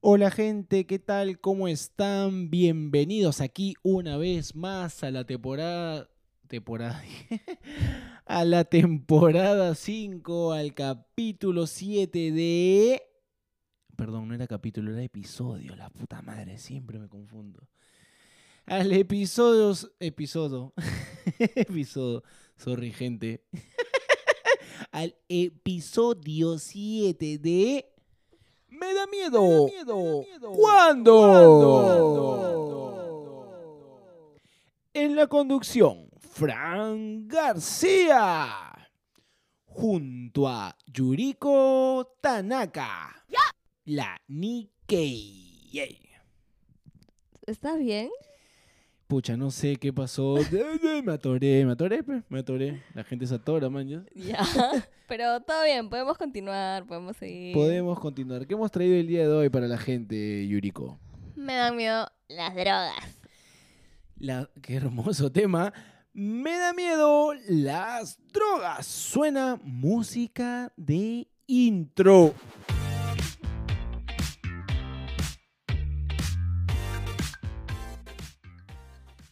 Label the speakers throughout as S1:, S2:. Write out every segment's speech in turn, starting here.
S1: Hola gente, ¿qué tal? ¿Cómo están? Bienvenidos aquí una vez más a la temporada... Temporada... a la temporada 5, al capítulo 7 de... Perdón, no era capítulo, era episodio. La puta madre, siempre me confundo. Al episodio... Episodio. episodio. Sorry gente. al episodio 7 de... Me da miedo. ¿Cuándo? En la conducción, Fran García. Junto a Yuriko Tanaka. La Nikkei. Yay.
S2: ¿Estás bien?
S1: Pucha, no sé qué pasó. Me atoré, me atoré, pe, me atoré. La gente se atora, man. ¿ya?
S2: Ya. Pero todo bien, podemos continuar, podemos seguir.
S1: Podemos continuar. ¿Qué hemos traído el día de hoy para la gente, Yuriko?
S2: Me dan miedo las drogas.
S1: La- qué hermoso tema. Me da miedo las drogas. Suena música de intro.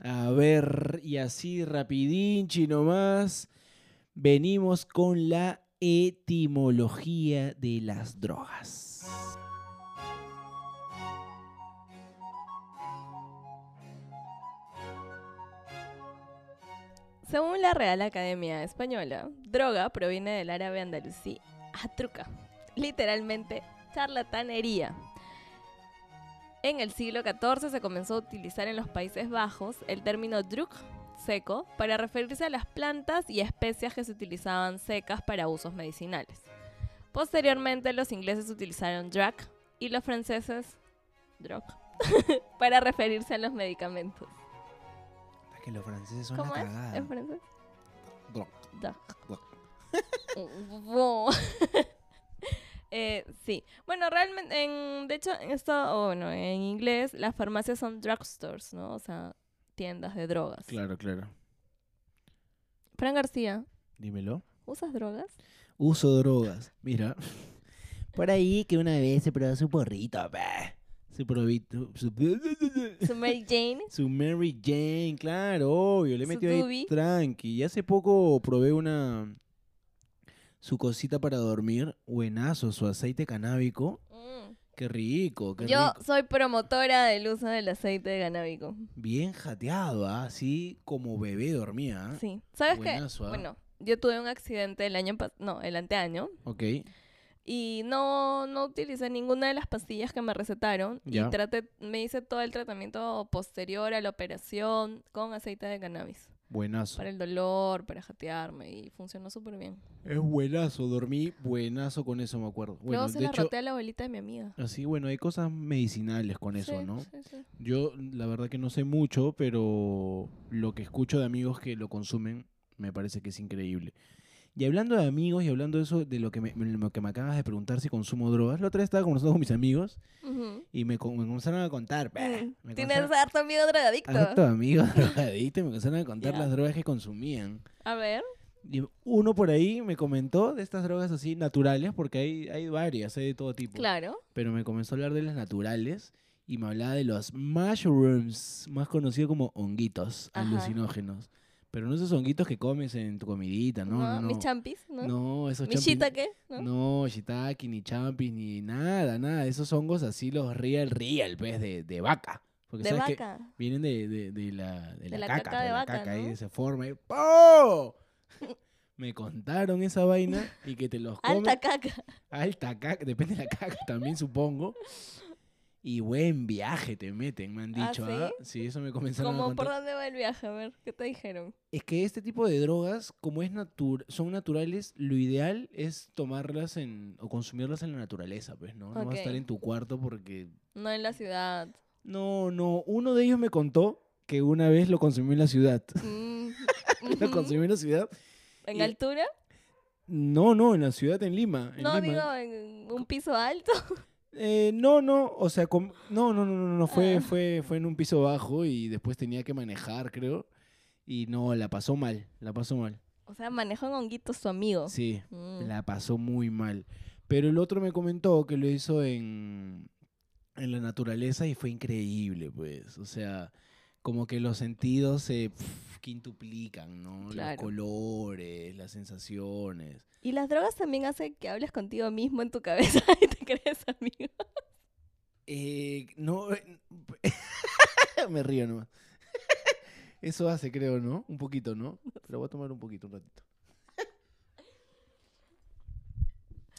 S1: A ver, y así rapidinchi nomás. Venimos con la etimología de las drogas.
S2: Según la Real Academia Española, droga proviene del árabe andalusí atruca, literalmente charlatanería. En el siglo XIV se comenzó a utilizar en los Países Bajos el término druk, seco, para referirse a las plantas y especias que se utilizaban secas para usos medicinales. Posteriormente los ingleses utilizaron drug y los franceses drog para referirse a los medicamentos.
S1: Es que los franceses son
S2: ¿Cómo
S1: la
S2: es
S1: cagada.
S2: en francés?
S1: Drog.
S2: Duck.
S1: Duck.
S2: Wow. Eh, sí, bueno, realmente, en, de hecho, en esto, o bueno, en inglés, las farmacias son drugstores, ¿no? O sea, tiendas de drogas.
S1: Claro, claro.
S2: Fran García,
S1: Dímelo.
S2: ¿usas drogas?
S1: Uso drogas. Mira. Por ahí que una vez se probó su porrito, pe. Su probito. Su,
S2: ¿Su Mary Jane?
S1: su Mary Jane, claro, obvio. Le he
S2: Su
S1: metido ahí
S2: doobie.
S1: tranqui. Y hace poco probé una. Su cosita para dormir. Buenazo, su aceite canábico.
S2: Mm.
S1: Qué rico, qué
S2: Yo
S1: rico.
S2: soy promotora del uso del aceite de canábico.
S1: Bien jateado, ¿ah? así como bebé dormía. ¿ah?
S2: Sí. ¿Sabes qué?
S1: Buenazo, ¿ah?
S2: Bueno, yo tuve un accidente el año pasado, no, el anteaño,
S1: Ok.
S2: y no, no utilicé ninguna de las pastillas que me recetaron.
S1: Ya.
S2: Y traté, me hice todo el tratamiento posterior a la operación con aceite de cannabis.
S1: Buenazo.
S2: Para el dolor, para jatearme. Y funcionó súper bien.
S1: Es buenazo, dormí buenazo con eso, me acuerdo. Bueno,
S2: Luego se
S1: de
S2: la
S1: hecho,
S2: roté a la abuelita de mi amiga.
S1: Así, bueno, hay cosas medicinales con eso,
S2: Sí,
S1: ¿no?
S2: sí, sí.
S1: Yo la verdad que no sé mucho, pero lo que escucho de amigos que lo consumen me parece que es increíble. Y hablando de amigos y hablando de eso, de lo que me, lo que me acabas de preguntar si consumo drogas, la otra vez estaba conversando con mis amigos
S2: Ujú.
S1: y me, con- me comenzaron a contar. bah,
S2: Mm.
S1: me
S2: Tienes
S1: comenzaron-
S2: harto amigo drogadicto.
S1: harto amigos drogadictos, me comenzaron a contar
S2: Ya.
S1: las drogas que consumían.
S2: A ver.
S1: Y uno por ahí me comentó de estas drogas así naturales, porque hay, hay varias, hay de todo tipo.
S2: Claro.
S1: pero me comenzó a hablar de las naturales y me hablaba de los mushrooms, más conocido como honguitos
S2: Ajá.
S1: alucinógenos. Pero no esos honguitos que comes en tu comidita, no, no, no.
S2: Mis champis, ¿no?
S1: No, esos
S2: Mi
S1: champi-
S2: shiitake, ¿no?
S1: No, shiitake, ni champis, ni nada, nada. Esos hongos así los real, real, pues, de, de vaca. Porque
S2: De
S1: sabes
S2: vaca.
S1: que vienen de, de- de la, de la caca, de la caca, ahí
S2: ¿no?
S1: de esa forma. y ¡po! Me contaron esa vaina y que te los comes.
S2: Alta caca.
S1: Alta caca, depende de la caca también, supongo. Y buen viaje te meten, me han
S2: ¿Ah,
S1: dicho. ¿ah? Sí, eso me comenzaron a
S2: Como por
S1: contar.
S2: dónde va el viaje, a ver, ¿qué te dijeron?
S1: Es que este tipo de drogas, como es natur son naturales, lo ideal es tomarlas en o consumirlas en la naturaleza, pues, ¿no? No vas a estar
S2: Ok.
S1: en tu cuarto porque...
S2: No en la ciudad.
S1: No, no, uno de ellos me contó que una vez lo consumió en la ciudad.
S2: Mm.
S1: lo
S2: Ujú.
S1: consumió en la ciudad.
S2: ¿En
S1: y-
S2: altura?
S1: No, no, en la ciudad, en Lima. en
S2: No,
S1: Lima.
S2: digo, en un piso alto.
S1: Eh, no, no, o sea, com- no, no, no, no, no, no, fue,
S2: Ah.
S1: fue, fue en un piso bajo y después tenía que manejar, creo. Y no, la pasó mal, la pasó mal.
S2: O sea, manejó en honguitos su amigo.
S1: Sí,
S2: Mm.
S1: la pasó muy mal. Pero el otro me comentó que lo hizo en, en la naturaleza y fue increíble, pues. O sea, como que los sentidos se pf, quintuplican, ¿no?
S2: Claro.
S1: Los colores, las sensaciones.
S2: Y las drogas también hacen que hables contigo mismo en tu cabeza y te crees amigo.
S1: Eh, no. eh, Me río nomás. Eso hace, creo, ¿no? Un poquito, ¿no? Pero voy a tomar un poquito, un ratito.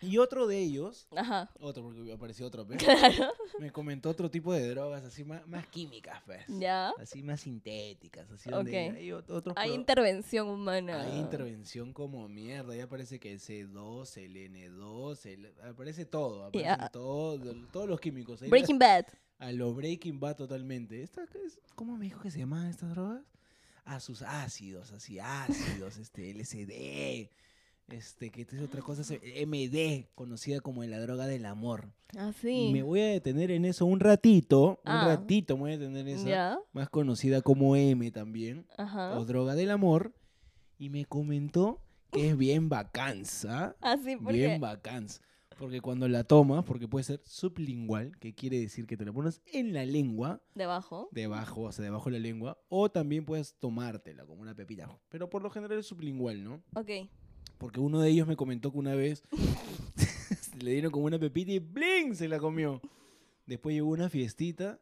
S1: Y otro de ellos,
S2: Ajá.
S1: otro, porque apareció otro, pe,
S2: Claro.
S1: me comentó otro tipo de drogas así más, más químicas, pues.
S2: Ya.
S1: Así más sintéticas, así donde
S2: Ok.
S1: hay ot- otros
S2: Hay
S1: pro-
S2: intervención humana.
S1: Hay intervención como mierda, ya aparece que el C2, el N2, el- aparece todo, aparecen
S2: Ya.
S1: todo- todos los químicos. ahí
S2: Breaking Bad.
S1: a lo Breaking Bad totalmente. Esta es- ¿Cómo me dijo que se llamaban estas drogas? A sus ácidos, así ácidos, este LSD, este que es otra cosa, se- MD, conocida como la droga del amor. Y
S2: Así.
S1: me voy a detener en eso un ratito,
S2: Ah.
S1: un ratito me voy a detener en eso,
S2: Ya. Ah.
S1: más conocida como M también,
S2: Ajá.
S1: o droga del amor, y me comentó que es bien vacanza,
S2: Así Ah, porque.
S1: Bien vacanza. Porque cuando la tomas, porque puede ser sublingual, que quiere decir que te la pones en la lengua,
S2: Debajo.
S1: debajo, o sea, debajo de la lengua, o también puedes tomártela como una pepita. Pero por lo general es sublingual, ¿no?
S2: Ok.
S1: Porque uno de ellos me comentó que una vez se le dieron como una pepita y ¡bling! se la comió. Después llegó una fiestita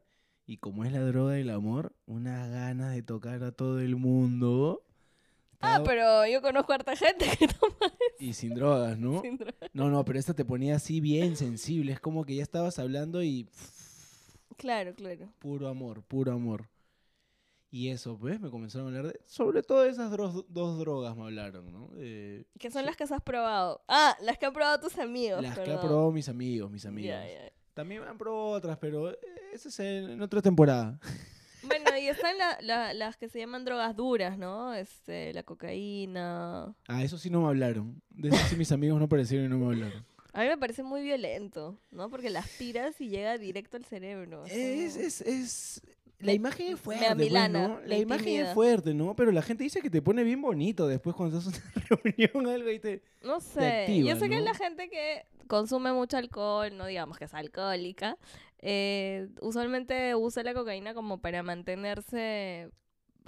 S1: y como es la droga del amor, unas ganas de tocar a todo el mundo.
S2: Ah,
S1: Estaba-
S2: pero yo conozco a harta gente que toma
S1: Y sin drogas, ¿no?
S2: sin droga.
S1: No, no, pero esta te ponía así bien sensible. Es como que ya estabas hablando y pff,
S2: Claro, claro.
S1: puro amor, puro amor. Y eso, pues, me comenzaron a hablar de... Sobre todo esas dro- dos drogas me hablaron, ¿no? Eh,
S2: Que son
S1: Sí.
S2: las que has probado. Ah, las que han probado tus amigos.
S1: las que
S2: perdón.
S1: han probado mis amigos, mis
S2: Ya,
S1: amigas.
S2: ya.
S1: También han probado otras, pero eh, eso es en, en otra temporada.
S2: Bueno, y están la- la- las que se llaman drogas duras, ¿no? Este, la cocaína.
S1: Ah, eso sí no me hablaron. De eso sí mis amigos no aparecieron y no me hablaron.
S2: A mí me parece muy violento, ¿no? Porque las tiras y llega directo al cerebro. es
S1: Es,
S2: como-
S1: es, es...
S2: Me-
S1: La imagen es fuerte, pues,
S2: amilana,
S1: ¿no?
S2: me
S1: La imagen
S2: intimida.
S1: es fuerte, ¿no? Pero la gente dice que te pone bien bonito después cuando estás en una reunión o algo y te...
S2: No sé.
S1: activa,
S2: Yo sé que
S1: ¿no?
S2: la gente que consume mucho alcohol, no digamos que es alcohólica, eh, usualmente usa la cocaína como para mantenerse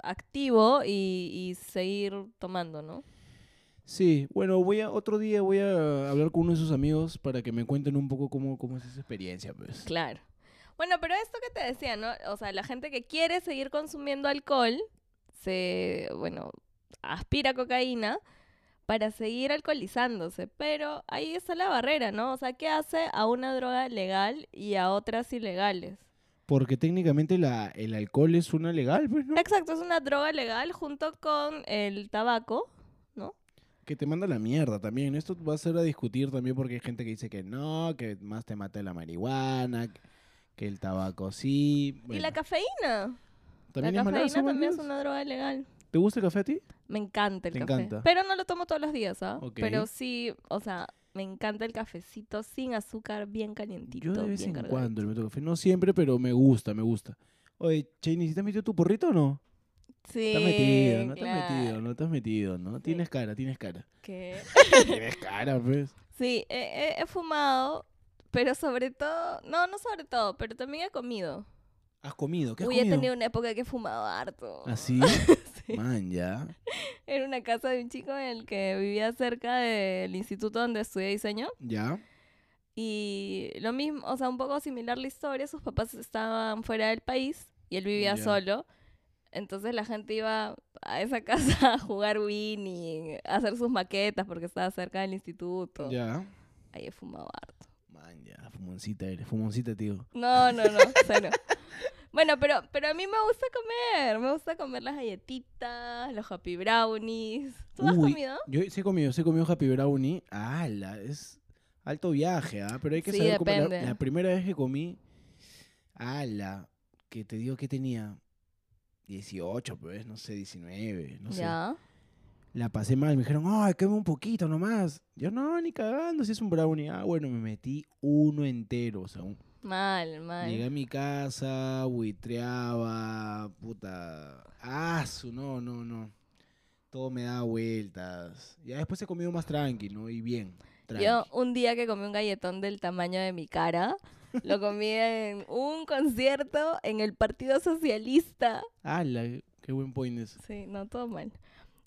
S2: activo y, y seguir tomando, ¿no?
S1: Sí, bueno, voy a otro día voy a hablar con uno de sus amigos para que me cuenten un poco cómo, cómo es esa experiencia, pues.
S2: Claro. Bueno, pero esto que te decía, ¿no? O sea, la gente que quiere seguir consumiendo alcohol, se, bueno, aspira cocaína para seguir alcoholizándose, pero ahí está la barrera, ¿no? O sea, ¿qué hace a una droga legal y a otras ilegales?
S1: Porque técnicamente la, el alcohol es una legal, pues, ¿no?
S2: Exacto, es una droga legal junto con el tabaco, ¿no?
S1: Que te manda a la mierda también. Esto va a ser a discutir también porque hay gente que dice que no, que más te mata la marihuana, que- que el tabaco sí.
S2: Y
S1: bueno,
S2: la cafeína. La
S1: ¿también es
S2: cafeína
S1: mala esa
S2: también es
S1: maldad?
S2: una droga legal.
S1: ¿Te gusta el café a ti?
S2: Me encanta el
S1: Te
S2: café.
S1: encanta.
S2: Pero no lo tomo todos los días, ¿ah?
S1: Ok.
S2: Pero sí, o sea, me encanta el cafecito sin azúcar, bien calientito.
S1: Yo de vez
S2: bien
S1: en
S2: cargadito.
S1: cuando le meto café. No siempre, pero me gusta, me gusta. Oye, Cheney, ¿sí ¿te has metido tu porrito o no?
S2: Sí.
S1: Estás metido, no
S2: claro.
S1: estás metido, no estás metido, ¿no? Tienes cara, tienes cara.
S2: ¿Qué?
S1: Tienes cara, pues.
S2: Sí, he, he- he fumado, pero sobre todo. No, no sobre todo, pero también he comido.
S1: ¿Has comido? ¿Qué has
S2: Uy, he
S1: comido? Ah,
S2: tenido una época que he fumado harto.
S1: ¿Así?
S2: Sí.
S1: Man, ya.
S2: Era una casa de un chico en el que vivía cerca del instituto donde estudié diseño.
S1: Ya.
S2: Y lo mismo, o sea, un poco similar la historia, sus papás estaban fuera del país y él vivía
S1: Ya.
S2: solo. Entonces la gente iba a esa casa a jugar Winnie, a hacer sus maquetas porque estaba cerca del instituto.
S1: Ya.
S2: Ahí he fumado harto.
S1: Man, ya. Fumoncita eres, fumoncita, tío.
S2: No, no, no, cero. Bueno, pero, pero a mí me gusta comer. Me gusta comer las galletitas, los happy brownies. ¿Tú has
S1: Uy,
S2: comido?
S1: Yo sí he comido, sí he comido Happy Brownie. ¡Hala! Es alto viaje, ¿ah? Pero hay que
S2: Sí,
S1: saber comer. La-
S2: depende.
S1: La, primera vez que comí, ¡hala! Que te digo que tenía 18, pues, no sé, 19, no sé.
S2: ya.
S1: La pasé mal, me dijeron, ¡ay, come un poquito nomás! Yo, no, ni cagando, si es un brownie. Ah, bueno, me metí uno entero, o sea, un-
S2: Mal, mal.
S1: Llegué a mi casa, buitreaba, puta. Ah, su, no, no, no. Todo me daba vueltas. Ya después he comido más tranqui, ¿no? Y bien. tranqui.
S2: Yo un día que comí un galletón del tamaño de mi cara, Lo comí en un concierto en el Partido Socialista.
S1: ¡Hala! Qué buen point es.
S2: Sí, no, todo mal.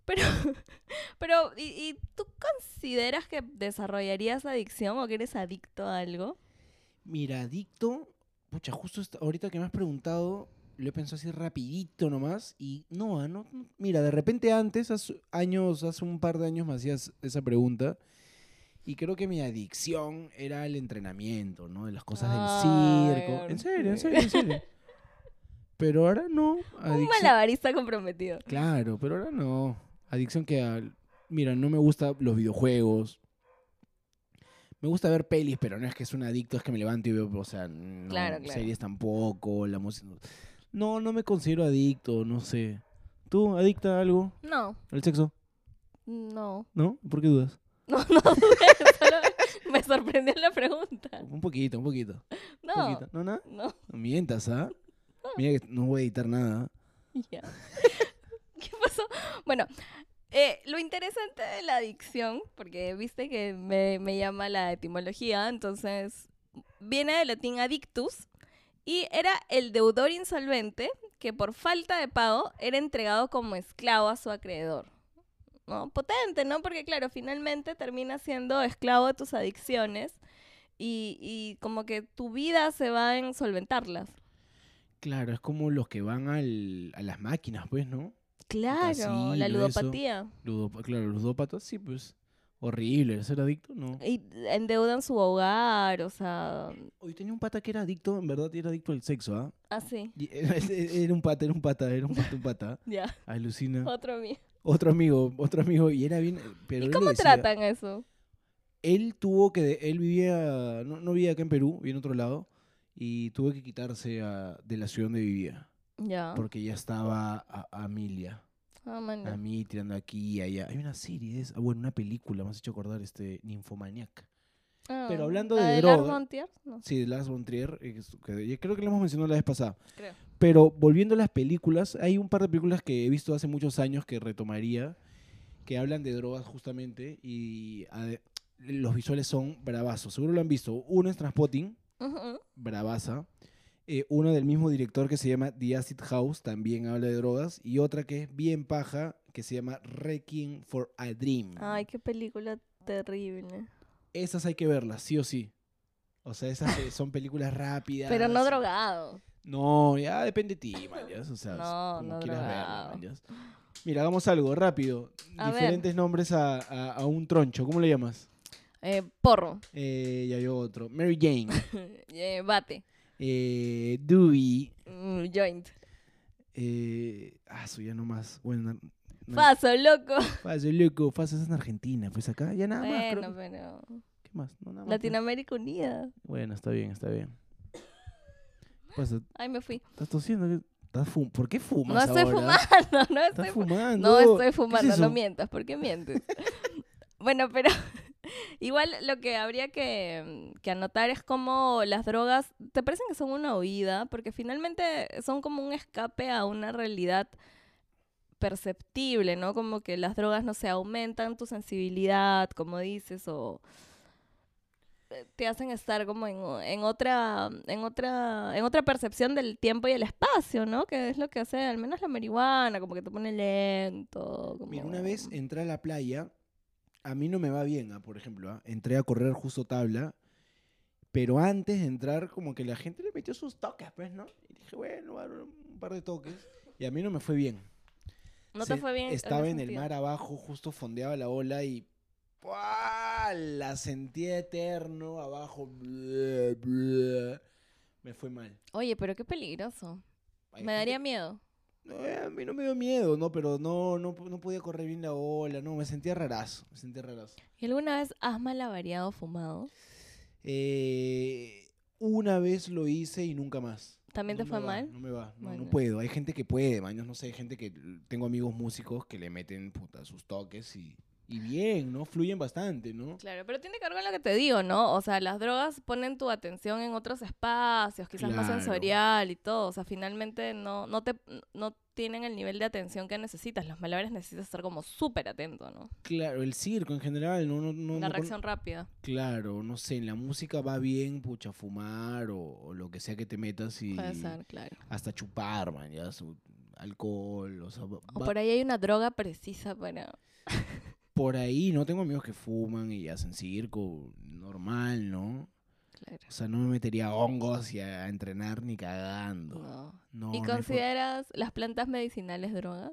S2: Pero, pero ¿y, y tú consideras que desarrollarías adicción o que eres adicto a algo?
S1: Mira, adicto. Pucha, justo esta- ahorita que me has preguntado, lo he pensado así rapidito nomás. Y no, ah, no, no. mira, de repente antes, hace años, hace un par de años me hacías esa pregunta. Y creo que mi adicción era el entrenamiento, ¿no? De las cosas
S2: Ay,
S1: del circo. En serio, en
S2: Ortiz.
S1: serio, en serio. Pero ahora no.
S2: Un
S1: adicción-
S2: malabarista comprometido.
S1: Claro, pero ahora no. Adicción que... al- Mira, no me gustan los videojuegos. Me gusta ver pelis, pero no es que es un adicto, es que me levanto y veo, o sea, no,
S2: Claro, claro.
S1: series tampoco, la música... No, no me considero adicto, no sé. ¿Tú, adicta a algo?
S2: No,
S1: ¿Al sexo?
S2: Mm, no.
S1: ¿No? ¿Por qué dudas?
S2: No, no, solo me sorprendió la pregunta.
S1: Un poquito, un poquito. Un
S2: No,
S1: poquito. ¿No, nada?
S2: no,
S1: No mientas, ¿ah? Mira que no voy a editar nada.
S2: ya. ¿Qué pasó? Bueno, eh, lo interesante de la adicción, porque viste que me, me llama la etimología, entonces viene del latín adictus y era el deudor insolvente que por falta de pago era entregado como esclavo a su acreedor. ¿No? Potente, ¿no? Porque claro, finalmente termina siendo esclavo de tus adicciones y, y como que tu vida se va en solventarlas.
S1: Claro, es como los que van al, a las máquinas, pues, ¿no?
S2: Claro,
S1: sí,
S2: la
S1: lo de eso.
S2: ludopatía.
S1: Ludop- claro, los ludópatas, sí, pues. Horrible, ser adicto, no.
S2: Y endeudan su hogar, o sea,
S1: Hoy tenía un pata que era adicto, en verdad era adicto al sexo, ¿ah?
S2: así.
S1: Y Era, era un pata, era un pata, era un pata, un pata.
S2: Ya,
S1: Alucina.
S2: otro mío.
S1: Otro amigo, otro amigo, y era bien. Pero
S2: ¿Y
S1: él lo
S2: cómo
S1: decía.
S2: tratan eso?
S1: Él tuvo que. de- Él vivía. No, no vivía acá en Perú, vivía en otro lado. Y tuvo que quitarse a- de la ciudad donde vivía.
S2: Ya.
S1: Porque ya estaba a, a Milia.
S2: Ah, man, ya.
S1: A mí tirando aquí y allá. Hay una serie, de esa- bueno, una película, me has hecho acordar, este, Ninfomaniac.
S2: Ah,
S1: pero hablando
S2: ¿la
S1: de
S2: Lars
S1: droga-
S2: von Trier? No,
S1: Sí, de Lars von Trier, eh, que- que ya creo que lo hemos mencionado la vez pasada.
S2: creo.
S1: Pero volviendo a las películas, hay un par de películas que he visto hace muchos años que retomaría, que hablan de drogas justamente y ade- los visuales son bravazos. Seguro lo han visto. Uno es Transpotting, Mm.
S2: Ujú.
S1: bravaza. Eh, una del mismo director que se llama The Acid House, también habla de drogas. Y otra que es bien paja, que se llama Wrecking for a Dream.
S2: Ay, qué película terrible.
S1: Esas hay que verlas, sí o sí. O sea, esas eh, son películas rápidas.
S2: Pero no drogado.
S1: No, ya depende de ti, Mayas. O sea,
S2: No,
S1: como
S2: no
S1: quieras verlo,
S2: drogado.
S1: Mayas. Mira, hagamos algo rápido.
S2: A ver.
S1: Diferentes nombres a, a- a un troncho. ¿Cómo le llamas?
S2: Eh, porro.
S1: Eh, ya yo otro. Mary Jane.
S2: Eh, bate.
S1: eh, Dewey.
S2: Mm, joint.
S1: Eh, ah, su ya nomás. Bueno, na- na-
S2: Paso, loco.
S1: Faso, loco. Faso es en Argentina. Pues acá ya nada más. creo
S2: bueno,
S1: que-
S2: pero.
S1: ¿Qué más? No, nada más.
S2: Latinoamérica Unida.
S1: Bueno, está bien, está bien. Pasa,
S2: Ay, me fui.
S1: estás tosiendo. ¿Qué- estás fum- ¿Por qué fumas
S2: No estoy
S1: ahora?
S2: fumando, no
S1: Estás
S2: estoy
S1: fumando.
S2: No
S1: ¿Qué
S2: estoy
S1: es
S2: fumando, no
S1: eso?
S2: mientas, ¿por qué mientes? bueno, pero igual lo que habría que, mm, que anotar es cómo las drogas te parecen que son una huida, porque finalmente son como un escape a una realidad perceptible, ¿no? Como que las drogas, no se aumentan tu sensibilidad, como dices, o eh, te hacen estar como en, o- en otra en otra en otra percepción del tiempo y el espacio, ¿no? Que es lo que hace al menos la marihuana, como que te pone lento. Como...
S1: Mira, una vez entré a la playa, a mí no me va bien, ah, por ejemplo, ah, entré a correr justo tabla, pero antes de entrar como que la gente le metió sus toques, pues, ¿no? Y dije, bueno, voy a dar un par de toques, y a mí no me fue bien.
S2: no
S1: Se-
S2: te fue bien.
S1: Estaba
S2: ese
S1: en el
S2: sentido?
S1: mar abajo, justo fondeaba la ola y ¡pua! la sentía eterno abajo. bleh, bleh. Me fue mal.
S2: Oye, pero qué peligroso.
S1: Hay gente
S2: Me daría miedo.
S1: No, eh, a mí no me dio miedo, ¿no? Pero no, no, no podía correr bien la ola, no, me sentía rarazo, me sentía rarazo.
S2: ¿Y alguna vez has malavariado fumado?
S1: Eh, una vez lo hice y nunca más.
S2: ¿También
S1: No
S2: te
S1: me
S2: fue
S1: va,
S2: mal?
S1: No me va, no, no
S2: Bueno.
S1: puedo. Hay gente que puede, maños, no sé, hay gente que tengo amigos músicos que le meten puta sus toques y, y Y bien, ¿no? Fluyen bastante, ¿no?
S2: Claro, pero tiene que ver con lo que te digo, ¿no? O sea, las drogas ponen tu atención en otros espacios, quizás más
S1: Claro.
S2: sensorial y todo. O sea, finalmente no, no, te, no tienen el nivel de atención que necesitas. Los malabares necesitas estar como súper atento, ¿no?
S1: Claro, el circo en general, no, no, no.
S2: Una
S1: no con-
S2: reacción rápida.
S1: Claro, no sé, en la música va bien, pucha, fumar o, o lo que sea que te metas y
S2: Puede ser, claro.
S1: hasta chupar, man, ya, su- alcohol, o sea, va-
S2: O
S1: va
S2: por ahí hay una droga precisa para...
S1: por ahí, no tengo amigos que fuman y hacen circo, normal, ¿no?
S2: Claro.
S1: O sea, no me metería a hongos y a, a entrenar ni cagando.
S2: No.
S1: No, no
S2: Ah, ¿Y
S1: hay for-
S2: consideras las plantas medicinales drogas?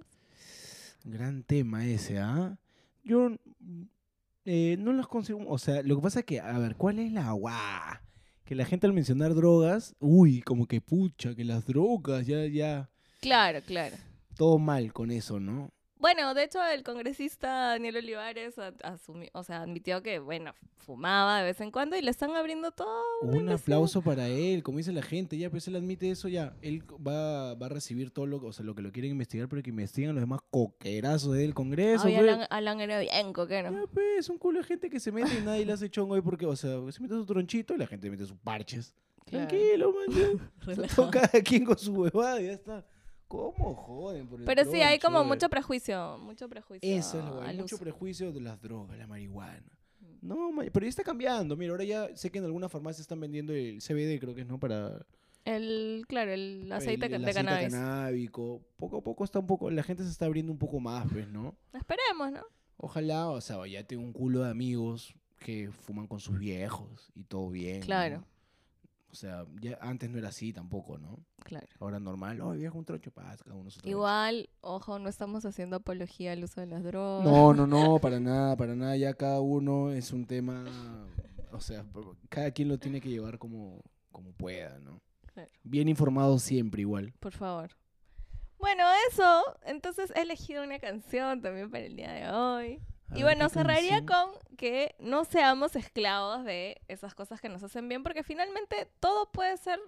S1: Gran tema ese, ¿ah? Yo mm, eh, no las consigo. O sea, lo que pasa es que, a ver, ¿cuál es la agua? Que la gente al mencionar drogas, uy, como que pucha, que las drogas, ya, ya.
S2: Claro, claro.
S1: Todo mal con eso, ¿no?
S2: Bueno, de hecho, el congresista Daniel Olivares a- asumi- o sea, admitió que, bueno, fumaba de vez en cuando y le están abriendo todo. una
S1: Un
S2: investiga-
S1: aplauso para él, como dice la gente, ya, pues él admite eso, ya. Él c- va, va a recibir todo lo, o sea, lo que lo quieren investigar, pero que investigan los demás coquerazos del Congreso.
S2: Ay,
S1: pues.
S2: Alan, Alan era bien coquero.
S1: Ya, pues, un culo de gente que se mete y nadie le hace chongo ahí porque, o sea, se mete su tronchito y la gente mete sus parches.
S2: Claro.
S1: Tranquilo, man. ya. Se
S2: Relajado.
S1: toca cada quien con su huevada y ya está. ¿Cómo joden? Por el
S2: Pero sí, hay
S1: troncho,
S2: como
S1: brother?
S2: mucho prejuicio, mucho prejuicio.
S1: Eso es lo bueno,
S2: al
S1: mucho
S2: uso.
S1: prejuicio de las drogas, la marihuana.
S2: Mm.
S1: No, ma- pero ya está cambiando. Mira, ahora ya sé que en algunas farmacias están vendiendo el CBD, creo que es, ¿no? Para
S2: El, claro, el aceite
S1: el-
S2: que
S1: el
S2: de
S1: aceite
S2: cannabis.
S1: canábico. Poco a poco está un poco, la gente se está abriendo un poco más, pues, ¿no?
S2: Esperemos, ¿no?
S1: Ojalá, o sea, ya tengo un culo de amigos que fuman con sus viejos y todo bien.
S2: Claro.
S1: ¿no? O sea, ya antes no era así tampoco, ¿no?
S2: Claro.
S1: Ahora normal, oh, viejo, un trocho, paz, cada uno su troncho".
S2: Igual, ojo, no estamos haciendo apología al uso de las drogas.
S1: No, no, no, para nada, para nada. Ya cada uno es un tema, o sea, por- cada quien lo tiene que llevar como, como pueda, ¿no?
S2: Claro.
S1: Bien informado siempre igual.
S2: Por favor. Bueno, eso. Entonces he elegido una canción también para el día de hoy.
S1: A
S2: y
S1: ver,
S2: bueno,
S1: ¿qué canción?
S2: cerraría con que no seamos esclavos de esas cosas que nos hacen bien, porque finalmente todo puede ser,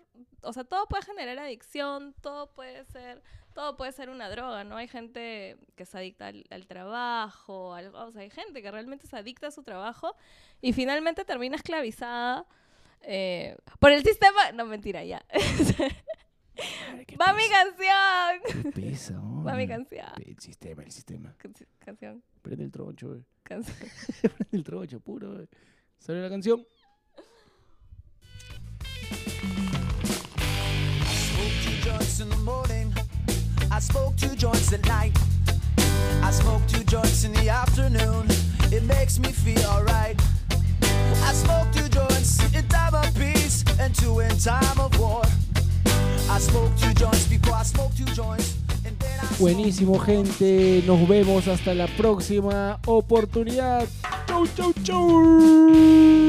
S2: o sea, todo puede generar adicción, todo puede ser, todo puede ser una droga, ¿no? Hay gente que se adicta al, al trabajo, al- o sea, hay gente que realmente se adicta a su trabajo y finalmente termina esclavizada eh, por el sistema. No, mentira, ya.
S1: Ay, qué
S2: ¡Va mi canción!
S1: pesa, qué pesa,
S2: ¡Va mi
S1: oye.
S2: canción!
S1: El sistema, el sistema.
S2: Canci- Canción,
S1: Prende el eh. troncho, güey.
S2: canción.
S1: Prende el troncho, puro, güey. Sale la canción.
S3: Smoke two joints in the morning. I smoke two joints at night. I smoke two joints in the afternoon. It makes me feel alright. I smoke two joints in time of peace and two in time of war. I smoke two joints before I smoke two joints. And then I smoke
S1: Buenísimo, gente. Nos vemos hasta la próxima oportunidad. Chau, chau, chau.